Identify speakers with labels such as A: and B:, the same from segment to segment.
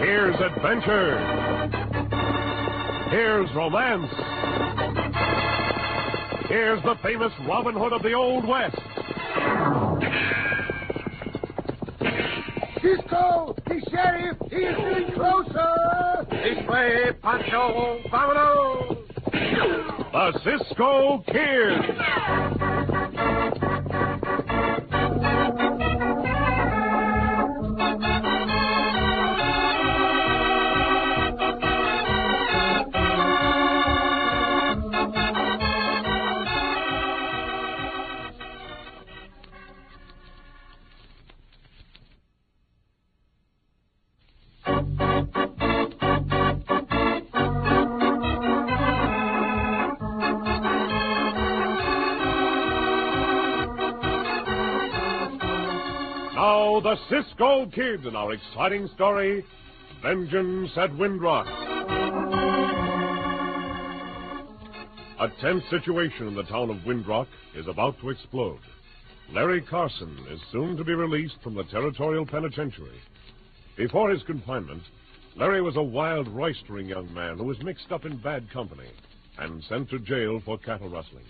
A: Here's adventure. Here's romance. Here's the famous Robin Hood of the Old West.
B: Cisco, the sheriff, he is getting closer.
C: This way, Pancho. Vámonos.
A: The Cisco Kid. Now, the Cisco Kid in our exciting story, Vengeance at Windrock. A tense situation in the town of Windrock is about to explode. Larry Carson is soon to be released from the territorial penitentiary. Before his confinement, Larry was a wild, roistering young man who was mixed up in bad company and sent to jail for cattle rustling.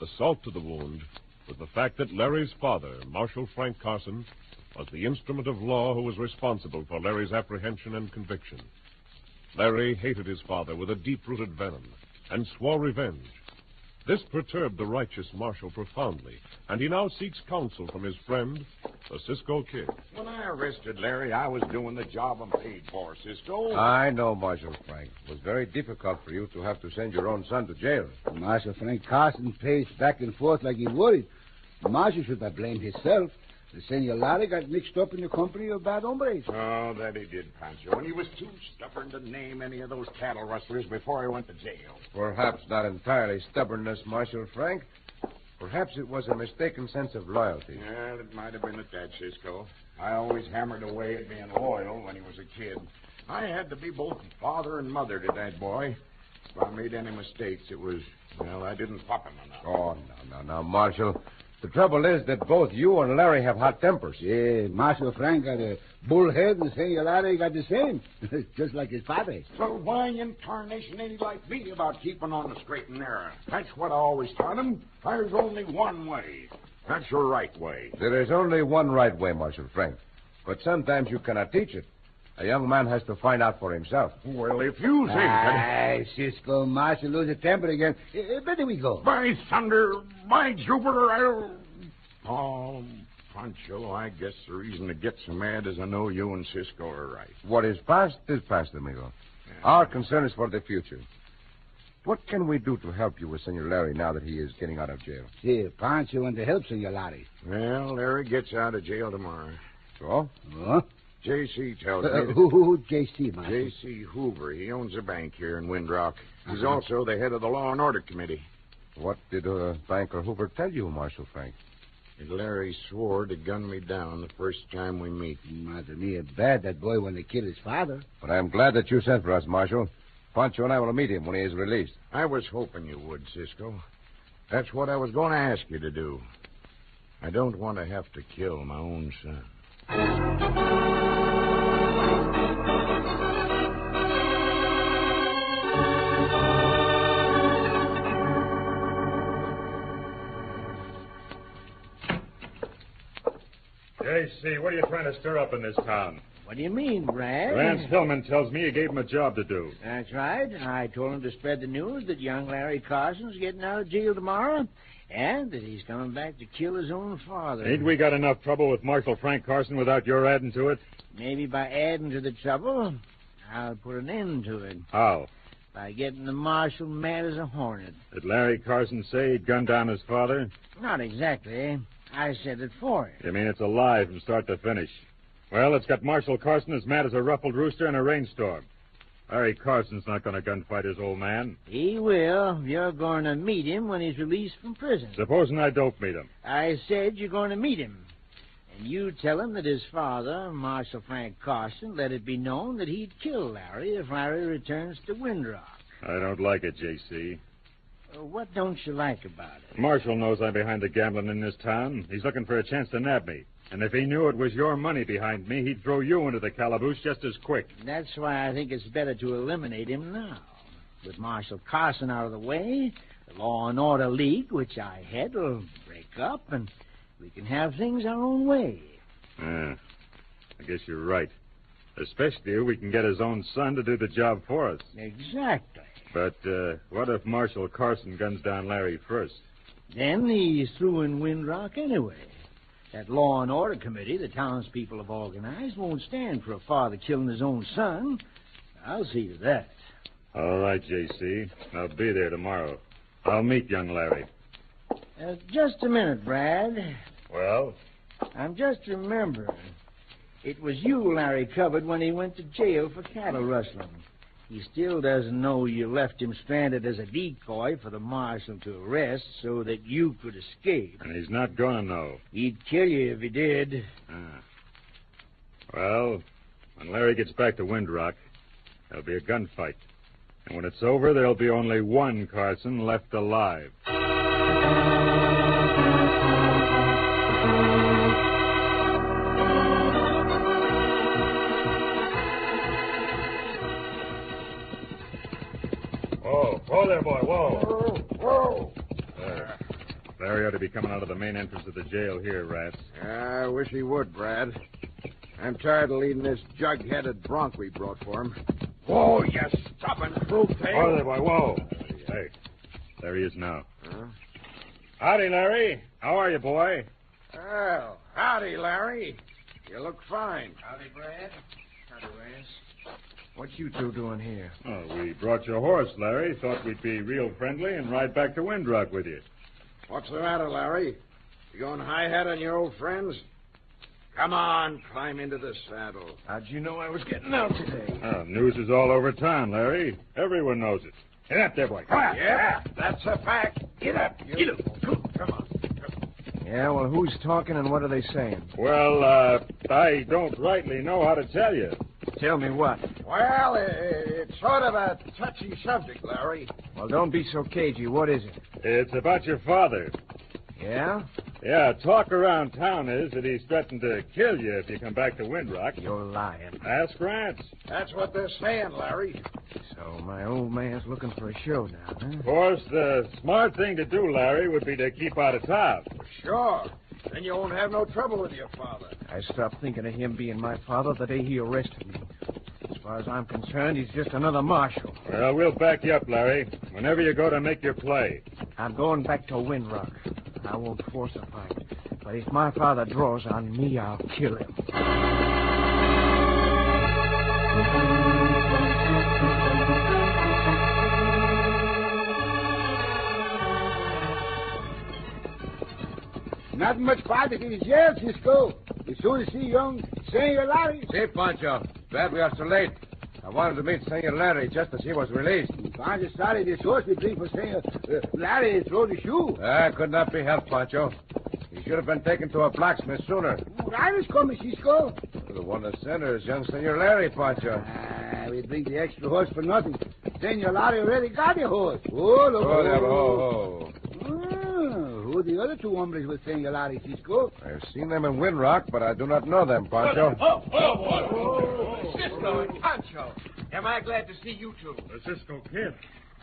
A: The salt to the wound was the fact that Larry's father, Marshal Frank Carson, was the instrument of law who was responsible for Larry's apprehension and conviction. Larry hated his father with a deep rooted venom and swore revenge. This perturbed the righteous Marshal profoundly, and he now seeks counsel from his friend, the Cisco Kid.
D: When I arrested Larry, I was doing the job I'm paid for, Oh, Cisco.
A: Uh.
C: I know, Marshal Frank. It was very difficult for you to have to send your own son to jail.
B: Marshal Frank Carson paced back and forth like he worried. The Marshal should have blamed himself. The Senor Larry got mixed up in the company of bad hombres.
D: Oh, that he did, Pancho. And he was too stubborn to name any of those cattle rustlers before he went to jail.
C: Perhaps not entirely stubbornness, Marshal Frank. Perhaps it was a mistaken sense of loyalty.
D: Yeah, it might have been at that, Cisco. I always hammered away at being loyal when he was a kid. I had to be both father and mother to that boy. If I made any mistakes, it was, well, I didn't pop him enough.
C: Oh, no, no, no, Marshal. The trouble is that both you and Larry have hot tempers.
B: Yeah, Marshal Frank got a bull head and Senor Larry got the same, just like his father.
D: So why in tarnation ain't he like me about keeping on the straight and narrow? That's what I always taught him. There's only one way. That's your right way.
C: There is only one right way, Marshal Frank. But sometimes you cannot teach it. A young man has to find out for himself.
D: Well, if you think that...
B: Aye, Cisco, Marshal lose his temper again. Eh, eh, Better we go.
D: By thunder, by Jupiter, I'll... Oh, Pancho, I guess the reason it gets you mad is I know you and Cisco are right.
C: What is past is past, amigo. Our concern is for the future. What can we do to help you with Senor Larry now that he is getting out of jail?
B: Here, Pancho want to help Senor Larry.
D: Well, Larry gets out of jail tomorrow.
C: So?
B: Huh?
D: J.C. tells
B: Uh,
C: Oh,
D: me...
B: uh,
D: that-
B: Oh? who, who, who, J.C., Marshal?
D: J.C. Hoover. He owns a bank here in Windrock. He's also the head of the Law and Order Committee.
C: What did uh, Banker Hoover tell you, Marshal Frank?
D: And Larry swore to gun me down the first time we meet.
B: Mother me, bad that boy want to kill his father.
C: But I'm glad that you sent for us, Marshal. Pancho and I will meet him when he is released.
D: I was hoping you would, Cisco. That's what I was going to ask you to do. I don't want to have to kill my own son.
E: J.C., what are you trying to stir up in this town?
F: What do you mean, Brad?
E: Lance Hillman tells me you gave him a job to do.
F: That's right. I told him to spread the news that young Larry Carson's getting out of jail tomorrow and that he's coming back to kill his own father.
E: Ain't we got enough trouble with Marshal Frank Carson without your adding to it?
F: Maybe by adding to the trouble, I'll put an end to it
E: How?
F: by getting the marshal mad as a hornet.
E: Did Larry Carson say he gunned down his father?
F: Not exactly. I said it for him.
E: You mean it's a lie from start to finish? Well, it's got Marshal Carson as mad as a ruffled rooster in a rainstorm. Larry Carson's not going to gunfight his old man.
F: He will. You're going to meet him when he's released from prison.
E: Supposing I don't meet him.
F: I said you're going to meet him. And you tell him that his father, Marshal Frank Carson, let it be known that he'd kill Larry if Larry returns to Windrock.
E: I don't like it, J.C.
F: Uh, What don't you like about it?
E: Marshal knows I'm behind the gambling in this town. He's looking for a chance to nab me.
D: And if he knew it was your money behind me, he'd throw you into the calaboose just as quick.
F: That's why I think it's better to eliminate him now. With Marshal Carson out of the way, the Law and Order League, which I head, will break up, and we can have things our own way.
D: Yeah. Ah, I guess you're right. Especially if we can get his own son to do the job for us.
F: Exactly.
D: But uh, what if Marshal Carson guns down Larry first?
F: Then he's through in Windrock anyway. That Law and Order Committee the townspeople have organized won't stand for a father killing his own son. I'll see to that.
D: All right, J.C. I'll be there tomorrow. I'll meet young Larry.
F: Uh, just a minute, Brad.
D: Well?
F: I'm just remembering. It was you Larry covered when he went to jail for cattle rustling. He still doesn't know you left him stranded as a decoy for the marshal to arrest so that you could escape.
D: And he's not gonna know.
F: He'd kill you if he did.
D: Ah. Well, when Larry gets back to Windrock, there'll be a gunfight. And when it's over, there'll be only one Carson left alive. Whoa, whoa there, boy, whoa.
G: Whoa, whoa.
D: There. Larry ought to be coming out of the main entrance of the jail here, Rats.
G: I wish he would, Brad. I'm tired of leading this jug-headed bronc we brought for him. Whoa, you stubborn crew
D: Whoa there, boy, whoa. Hey, there he is now.
G: Huh?
D: Howdy, Larry. How are you, boy?
G: Well, howdy, Larry. You look fine.
C: Howdy, Brad. Howdy, Wes.
G: What you two doing here?
D: Oh, we brought your horse, Larry. Thought we'd be real friendly and ride back to Windrock with you.
G: What's the matter, Larry? You going high hat on your old friends? Come on, climb into the saddle.
C: How'd you know I was getting out today?
D: Oh, news is all over town, Larry. Everyone knows it. Get up there, boy. Come on.
G: Yeah, that's a fact. Get up, get up. Come on.
C: Yeah, well, who's talking and what are they saying?
D: Well, uh, I don't rightly know how to tell you.
C: Tell me what.
G: Well, i- i- it's sort of a touchy subject, Larry.
C: Well, don't be so cagey. What is it?
D: It's about your father.
C: Yeah?
D: Yeah, talk around town is that he's threatened to kill you if you come back to Windrock.
C: You're lying.
D: Ask Rats.
G: That's what they're saying, Larry.
C: So my old man's looking for a show now, huh?
D: Of course, the smart thing to do, Larry, would be to keep out of town.
G: Sure. Then you won't have no trouble with your father.
C: I stopped thinking of him being my father the day he arrested me. As far as I'm concerned, he's just another marshal.
D: Well, we'll back you up, Larry, whenever you go to make your play.
C: I'm going back to Windrock. I won't force a fight. But if my father draws on me, I'll kill him.
F: Not much farther to the jail, Cisco. You soon see young Senor Larry.
H: See, Pancho. Glad we are so late. I wanted to meet Senor Larry just as he was released.
C: Find a sorry this horse we bring for Senor uh, Larry and throw the shoe.
H: Ah, could not be helped, Pancho. He should have been taken to a blacksmith sooner.
C: Riders coming, Cisco.
H: The one that sent her is young Senor Larry, Pancho.
C: Ah, we bring the extra horse for nothing. Senor Larry already got a horse. Oh, look.
H: Oh, there, oh, oh.
C: Ah, who the other two hombres with Senor Larry, Cisco?
H: I've seen them in Windrock, but I do not know them, Pancho.
G: Cisco and Pancho. Am I glad to see you two?
D: The Cisco Kid.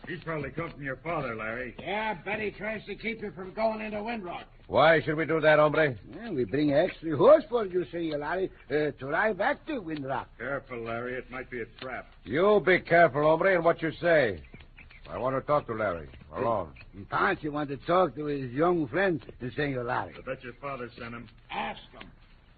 D: He's probably come from your father, Larry.
F: Yeah, Betty tries to keep you from going into Windrock.
H: Why should we do that, hombre?
C: Well, we bring an extra horse for you, Senor Larry, uh, to ride back to Windrock.
D: Careful, Larry. It might be a trap.
H: You be careful, hombre, in what you say. I want to talk to Larry, alone.
C: And Pancho want to talk to his young friend, Senor Larry.
D: I bet your father sent him.
F: Ask him.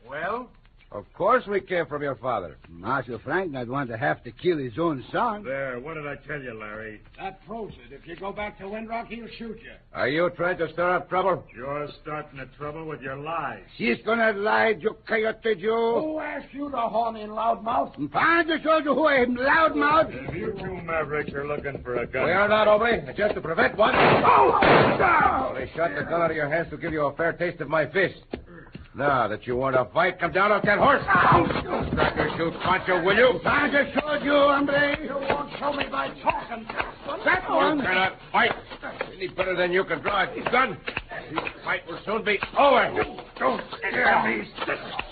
G: Well,
H: Of course we came from your father.
C: Marshal Frank not want to have to kill his own son.
D: There, what did I tell you, Larry?
F: That proves it. If you go back to Windrock, he'll shoot you.
H: Are you trying to stir up trouble?
D: You're starting a trouble with your lies.
C: She's gonna lie, you coyote, you.
F: Who asked you to horn in loudmouth?
C: And Pancho showed you who I am, loudmouth.
D: If you two mavericks are looking for a gun,
H: We are not, hombre. Just to prevent one. Oh! Only shot the gun out of your hands to give you a fair taste of my fist. Now that you want to fight, come down off that horse. Ow! Strike your shoot, Pancho, will you? Pancho showed you, hombre. You won't show me by talking. Oh, That one. You cannot fight any better than you can draw a gun. This fight will soon be over.
G: Don't scare me.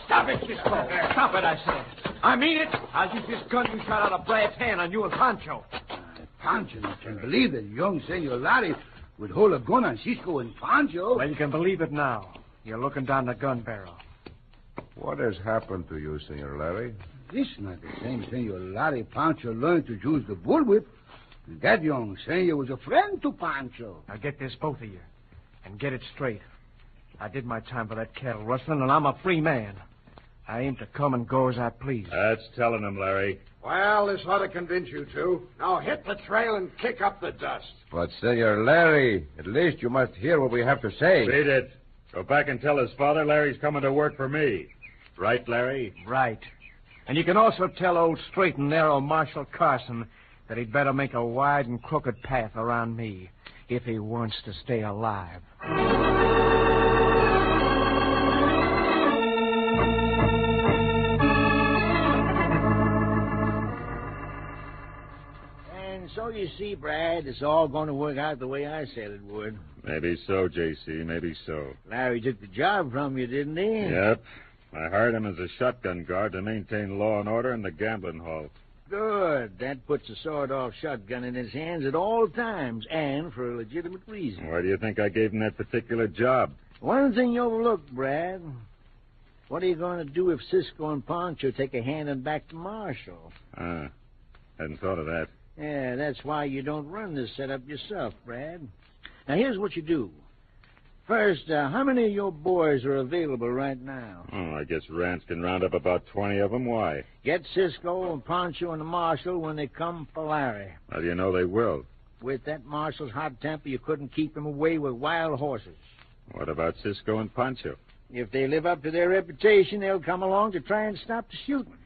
I: Stop it, Cisco. Stop it, I said. I mean it. I'll use this gun you shot out of Brad's hand on you and Pancho.
C: Pancho, you can believe it. Young Senor Larry would hold a gun on Cisco and Pancho.
I: Well, you can believe it now. You're looking down the gun barrel.
H: What has happened to you, Senor Larry?
C: This not the same Senor Larry Pancho learned to use the bullwhip. That young senor was a friend to Pancho.
I: Now get this, both of you, and get it straight. I did my time for that cattle rustling, and I'm a free man. I aim to come and go as I please.
D: That's telling him, Larry.
G: Well, this ought to convince you two. Now hit the trail and kick up the dust.
H: But, Senor Larry, at least you must hear what we have to say.
D: Beat it. Go back and tell his father Larry's coming to work for me. Right, Larry?
I: Right. And you can also tell old straight and narrow Marshal Carson that he'd better make a wide and crooked path around me if he wants to stay alive.
F: And so you see, Brad, it's all going to work out the way I said it would.
D: Maybe so, J.C., maybe so.
F: Larry took the job from you, didn't he?
D: Yep. I hired him as a shotgun guard to maintain law and order in the gambling hall.
F: Good. That puts a sawed-off shotgun in his hands at all times, and for a legitimate reason.
D: Why do you think I gave him that particular job?
F: One thing you overlooked, Brad. What are you going to do if Cisco and Poncho take a hand and back to Marshall?
D: Ah, hadn't thought of that.
F: Yeah, that's why you don't run this setup yourself, Brad. Now, here's what you do. First, uh, how many of your boys are available right now?
D: Oh, I guess Rance can round up about 20 of them. Why?
F: Get Cisco and Poncho and the Marshal when they come for Larry.
D: How do you know they will?
F: With that Marshal's hot temper, you couldn't keep him away with wild horses.
D: What about Cisco and Pancho?
F: If they live up to their reputation, they'll come along to try and stop the shooting.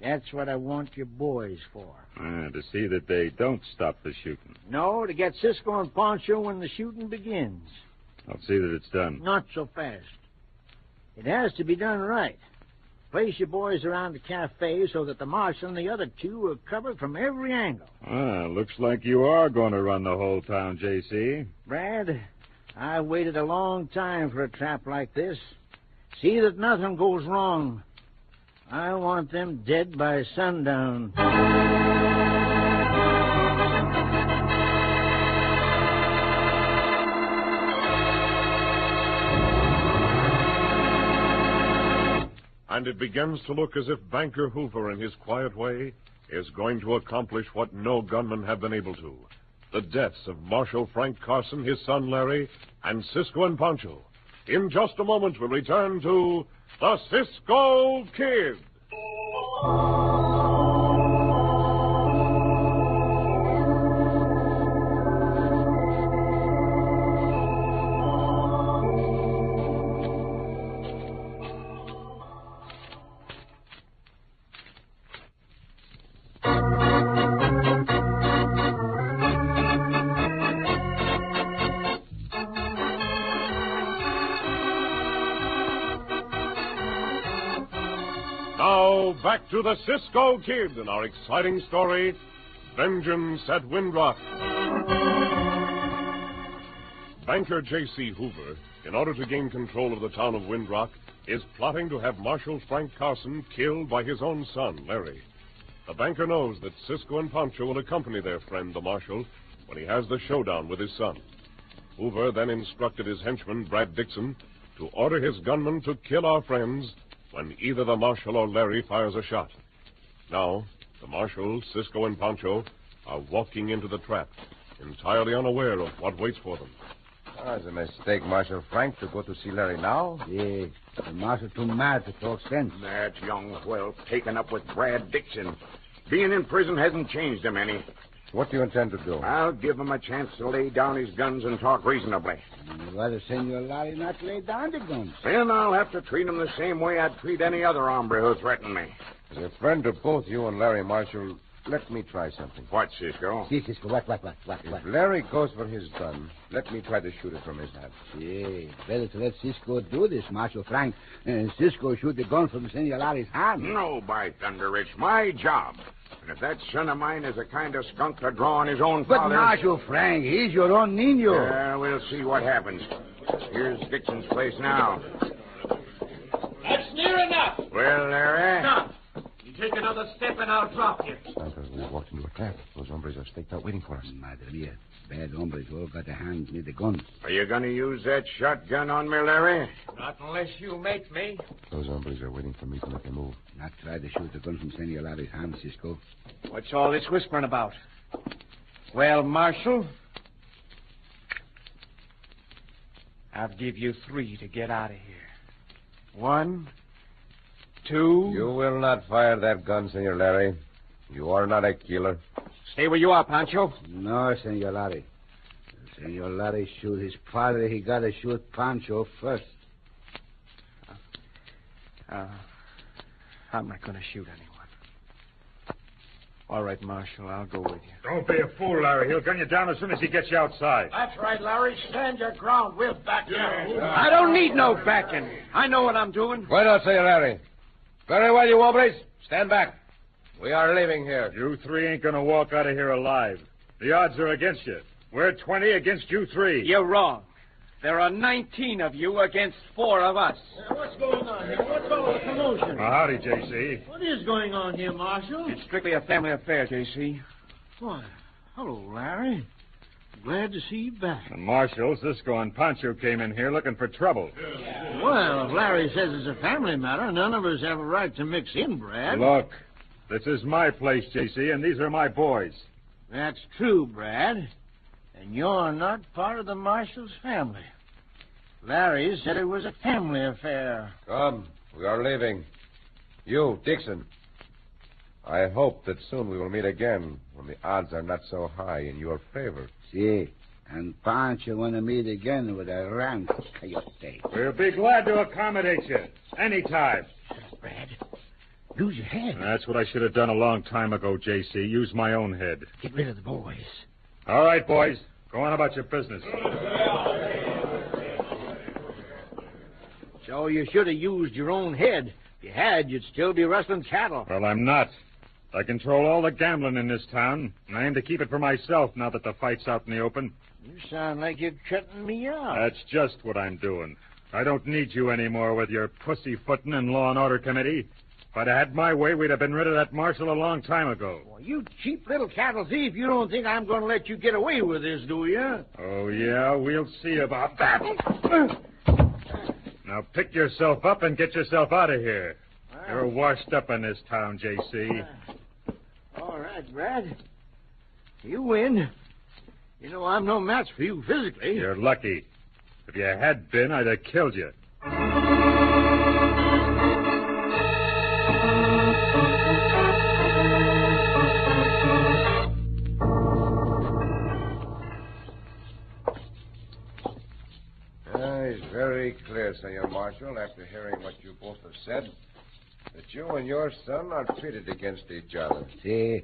F: That's what I want your boys for.
D: Ah, to see that they don't stop the shooting.
F: No, to get Cisco and Poncho when the shooting begins.
D: I'll see that it's done.
F: Not so fast. It has to be done right. Place your boys around the cafe so that the marshal and the other two are covered from every angle.
D: Ah, looks like you are going to run the whole town, J.C.
F: Brad, I waited a long time for a trap like this. See that nothing goes wrong. I want them dead by sundown.
A: And it begins to look as if Banker Hoover, in his quiet way, is going to accomplish what no gunmen have been able to the deaths of Marshal Frank Carson, his son Larry, and Cisco and Pancho. In just a moment, we'll return to the Cisco Kid. Now, back to the Cisco Kid and our exciting story Vengeance at Windrock. Banker J.C. Hoover, in order to gain control of the town of Windrock, is plotting to have Marshal Frank Carson killed by his own son, Larry. The banker knows that Cisco and Pancho will accompany their friend, the Marshal, when he has the showdown with his son. Hoover then instructed his henchman, Brad Dixon, to order his gunmen to kill our friends when either the Marshal or Larry fires a shot. Now, the Marshal, Cisco, and Pancho are walking into the trap, entirely unaware of what waits for them.
H: Ah, it's a mistake, Marshal Frank, to go to see Larry now.
C: Yeah, the marshal too mad to talk sense.
G: That young whelp taken up with Brad Dixon. Being in prison hasn't changed him any.
H: What do you intend to do?
G: I'll give him a chance to lay down his guns and talk reasonably.
C: I'd rather Senor Larry not lay down the gun.
G: Then I'll have to treat him the same way I'd treat any other hombre who threatened me.
H: As a friend of both you and Larry, Marshal, let me try something.
G: What, Cisco?
C: See, Cisco, what, what, what, what, what?
H: If Larry goes for his gun, let me try to shoot it from his hand.
C: Yeah, better to let Cisco do this, Marshal Frank. And Cisco shoot the gun from Senor Larry's hand.
G: No, by thunder, it's my job. And if that son of mine is the kind of skunk to draw on his own
C: But
G: father.
C: Marshal Frank, he's your own niño.
G: Uh, Yeah, we'll see what happens. Here's Dixon's place now.
J: Clear enough.
G: Well, Larry.
J: Stop. You take another step and I'll drop you.
H: Santos, we walked into a trap. Those hombres are staked out waiting for us.
C: Madre mia. Bad hombres all got their hands near the guns.
G: Are you going to use that shotgun on me, Larry?
J: Not unless you make me.
H: Those hombres are waiting for me to make a move.
C: Not try to shoot the gun from Senorita's hand, Cisco.
I: What's all this whispering about? Well, Marshal, I'll give you three to get out of here. One, two.
H: You will not fire that gun, Senor Larry. You are not a killer.
I: Stay where you are, Pancho.
C: No, Senor Larry. If Senor Larry shoot his father, he gotta shoot Pancho first.
I: Uh, I'm not going to shoot anyone. All right, Marshal, I'll go with you.
D: Don't be a fool, Larry. He'll gun you down as soon as he gets you outside.
J: That's right, Larry. Stand your ground. We'll back you.
I: I don't need no backing. I know what I'm doing.
H: Bueno, Senor Larry. Very well, you hombres. Stand back. We are leaving here.
D: You three ain't going to walk out of here alive. The odds are against you. We're 20 against you three.
I: You're wrong. There are 19 of you against four of us.
J: What's going on here? What's all the commotion?
D: Well, howdy, J.C.
J: What is going on here, Marshal?
I: It's strictly a family affair, J.C.
F: Why, hello, Larry. Glad to see you back.
D: The Marshal, Cisco, and Pancho came in here looking for trouble.
F: Well, if Larry says it's a family matter, none of us have a right to mix in, Brad.
D: Look, this is my place, J.C., and these are my boys.
F: That's true, Brad. And you're not part of the Marshal's family. Larry said it was a family affair.
H: Come. We are leaving. You, Dixon. I hope that soon we will meet again when the odds are not so high in your favor.
C: See, and Pancho wanna meet again with a rank coyote.
D: We'll be glad to accommodate you anytime.
F: Brad, lose your head.
D: That's what I should have done a long time ago, J.C. Use my own head.
F: Get rid of the boys.
D: All right, boys. Go on about your business.
F: So you should have used your own head. If you had, you'd still be rustling cattle.
D: Well, I'm not. I control all the gambling in this town, and I aim to keep it for myself now that the fight's out in the open.
F: You sound like you're cutting me out.
D: That's just what I'm doing. I don't need you anymore with your pussyfooting and law and order committee. If I'd had my way, we'd have been rid of that marshal a long time ago.
F: Well, you cheap little cattle thief, you don't think I'm going to let you get away with this, do you?
D: Oh, yeah, we'll see about that. Now pick yourself up and get yourself out of here. You're washed up in this town, J.C.
F: All right, Brad. You win. You know, I'm no match for you physically.
D: You're lucky. If you had been, I'd have killed you.
H: Ah, it's very clear, Senor Marshal, after hearing what you both have said, that you and your son are pitted against each other.
C: See,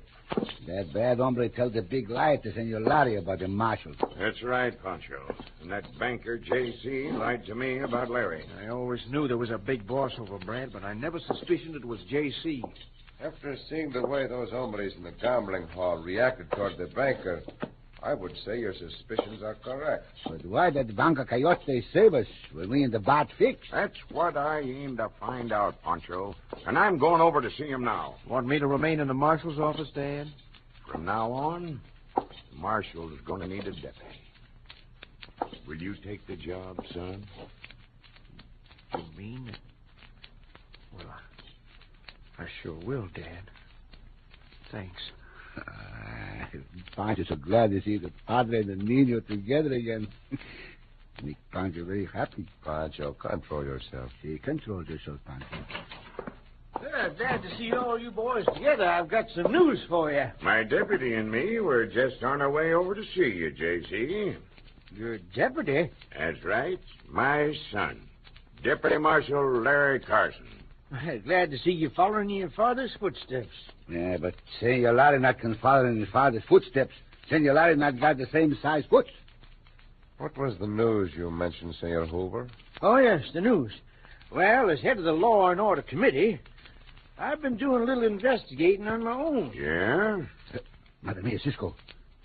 C: that bad hombre tell the big lie to Senor Larry about the marshal.
G: That's right, Pancho. And that banker, J.C., lied to me about Larry.
I: I always knew there was a big boss over Brad, but I never suspicioned it was J.C.
H: After seeing the way those hombres in the gambling hall reacted toward the banker, I would say your suspicions are correct.
C: But why that banca coyote save us when we in the bad fix?
G: That's what I aim to find out, Pancho. And I'm going over to see him now.
I: Want me to remain in the marshal's office, Dad?
G: From now on, the Marshal's going to need a deputy. Will you take the job, son?
I: You mean that? Well, I, I sure will, Dad. Thanks.
C: Ah, Pancho so glad to see the padre and the niño together again. Make Pancho very happy.
H: Pancho, control yourself.
C: See, control yourself, Pancho.
F: Well, glad to see all you boys together. I've got some news for you.
G: My deputy and me were just on our way over to see you, J.C.
F: Your deputy?
G: That's right, my son, Deputy Marshal Larry Carson.
F: Well, glad to see you following in your father's footsteps.
C: Yeah, but Senor Larry not can follow in his father's footsteps. Senor Larry not got the same size foot.
H: What was the news you mentioned, Senor Hoover?
F: Oh, yes, the news. Well, as head of the Law and Order Committee, I've been doing a little investigating on my own.
G: Yeah?
C: Madre mia, Cisco.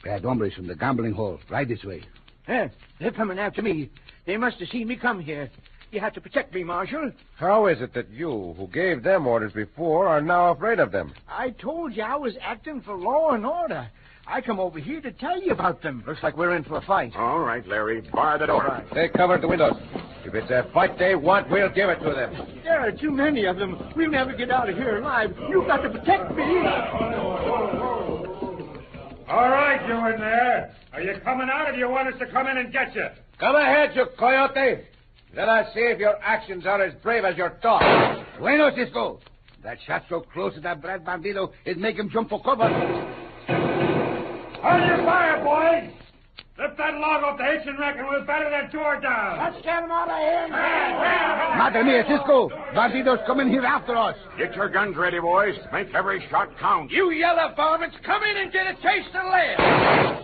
C: Bad hombres from the gambling hall. Right this way.
F: Eh, they're coming after me. They must have seen me come here. You had to protect me, Marshal.
D: How is it that you, who gave them orders before, are now afraid of them?
F: I told you I was acting for law and order. I come over here to tell you about them. Looks like we're in for a fight.
A: All right, Larry, bar the door.
D: They covered the windows. If it's a fight they want, we'll give it to them.
F: There are too many of them. We'll never get out of here alive. You've got to protect me.
K: All right, you in there. Are you coming out if you want us to come in and get you?
D: Come ahead, you coyote. Let us see if your actions are as brave as your talk.
C: Bueno, Cisco. That shot so close to that Brad Bandito, it make him jump for cover.
K: Hold your fire, boys! Lift that log off the hitch and rack and we'll batter that door down.
J: Let's get him out of here.
C: Madre mia, Cisco. Bandito's coming here after us.
A: Get your guns ready, boys. Make every shot count.
D: You yellow varmints, come in and get a taste of land.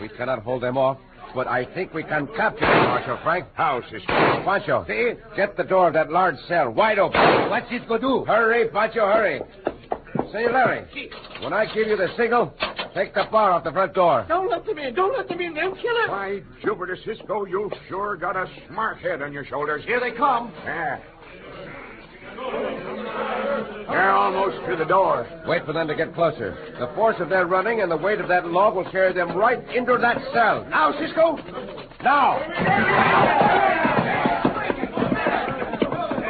D: We cannot hold them off, but I think we can capture them, Marshal Frank.
A: How, Cisco?
D: Pancho, see? Get the door of that large cell wide open.
C: What's Cisco do?
D: Hurry, Pancho, hurry. Say, Larry, when I give you the signal, take the bar off the front door.
J: Don't let them in. Don't let them in. They'll kill him.
A: Why, Jupiter Cisco, you've sure got a smart head on your shoulders. Here they come. Yeah. They're almost to the door.
D: Wait for them to get closer. The force of their running and the weight of that log will carry them right into that cell. Now, Cisco! Now!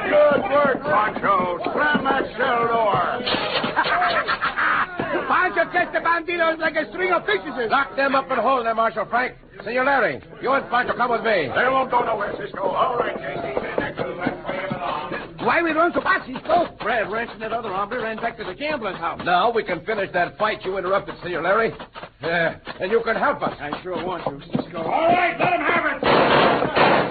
A: Good work, Pancho. Slam that cell door.
C: Pancho catch the Banditos like a string of fishes.
D: Lock them up and hold them, Marshal Frank. Senor Larry, you and Pancho come with me.
A: They won't go nowhere, Cisco. All right, Casey. They're next to the left way along.
C: Why we run so fast, Cisco?
L: Brad Ranch and that other hombre ran back to the gambling house.
D: Now we can finish that fight you interrupted, Senor Larry. Yeah, and you can help us.
L: I sure want to, Cisco.
A: All right, let 'em have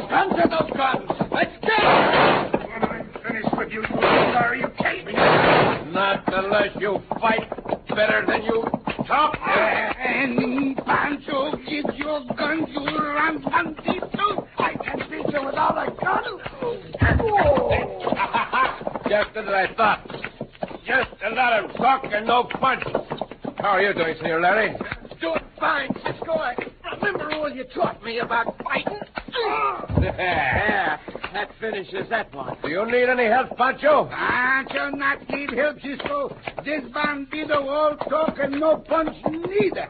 A: it.
L: Guns are those guns. Let's get 'em.
A: When I'm finished with you, you sorry you came me.
D: Not unless you fight better than you talk.
C: And Pancho, give your gun to Ram Bandito. I can beat you without a gun.
D: Just as I thought. Just a lot of talk and no punch. How are you doing, Senor Larry?
J: Doing fine, Cisco. I remember all you taught me about fighting.
L: Yeah, that finishes that one.
D: Do you need any help, Pancho?
C: Pancho Oh, not need help, Cisco. This Bandito all talk and no punch neither.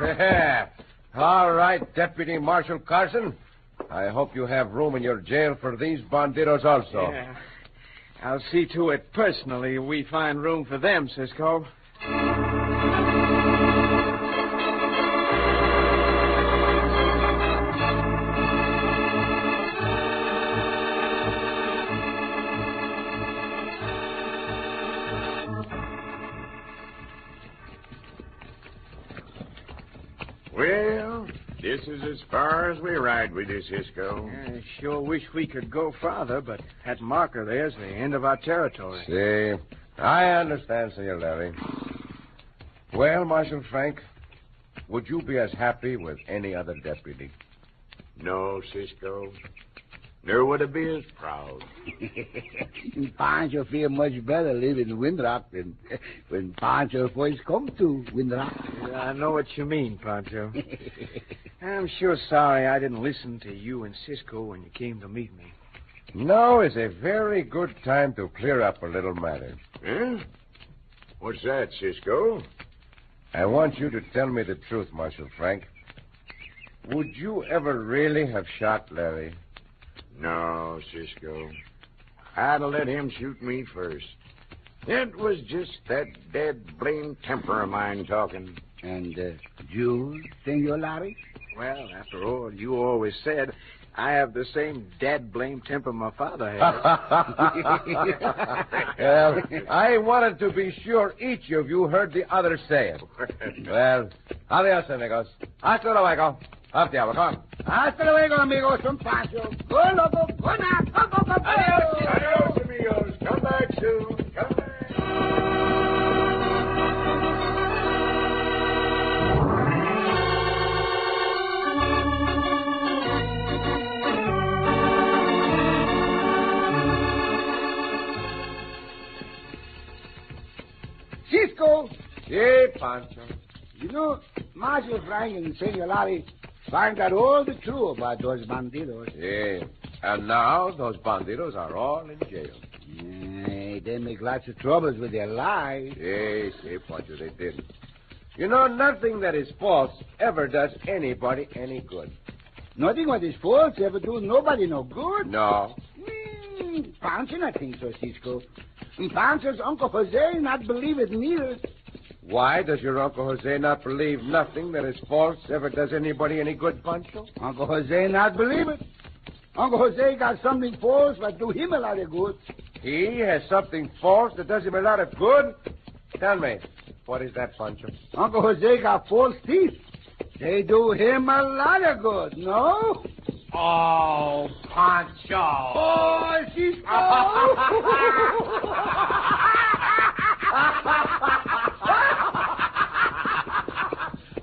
D: Yeah. All right, Deputy Marshal Carson. I hope you have room in your jail for these banditos also.
L: Yeah. I'll see to it personally we find room for them, Cisco.
A: Well, this is as far as we ride with you, Cisco.
L: I sure wish we could go farther, but that marker there's the end of our territory.
D: See, I understand, Senor Larry. Well, Marshal Frank, would you be as happy with any other deputy?
A: No, Cisco. Nor would I be as proud.
C: Pancho feel much better living in Windrock than when Pancho first come to Windrock.
L: I know what you mean, Pancho. I'm sure sorry I didn't listen to you and Cisco when you came to meet me.
D: Now is a very good time to clear up a little matter.
A: Huh? What's that, Cisco?
D: I want you to tell me the truth, Marshal Frank. Would you ever really have shot Larry?
A: No, Cisco. I'd have let him shoot me first. It was just that dead blamed temper of mine talking.
C: And uh, you, Senor Larry?
L: Well, after all, you always said I have the same dad blame temper my father had.
D: well, I wanted to be sure each of you heard the other say it. Well, adios, amigos. Hasta luego. Up the hour. Come on.
C: Hasta luego, amigos. Son Pancho. Go, loco. Go now. Go, go, go, go.
A: Adios, amigos. Come back soon. Come back.
C: Cisco,
D: Sí, Pancho.
C: you know, Marshal Frank and Senor Larry Find out all the truth about those bandidos.
D: Yeah. And now those banditos are all in jail.
C: Yeah, they make lots of troubles with their lies.
D: Yes, say, Pancho, they did. You know, nothing that is false ever does anybody any good.
C: Nothing what is false ever do nobody no good.
D: No.
C: Mm, Pancho not think so, Cisco. And Pancho's Hmm, Uncle Jose not believe it neither.
D: Why does your Uncle Jose not believe nothing that is false ever does anybody any good, Pancho?
C: Uncle Jose not believe it. Uncle Jose got something false but do him a lot of good.
D: He has something false that does him a lot of good. Tell me, what is that, Pancho?
C: Uncle Jose got false teeth. They do him a lot of good, no?
J: Oh, Pancho.
C: Oh, Cisco!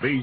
A: Be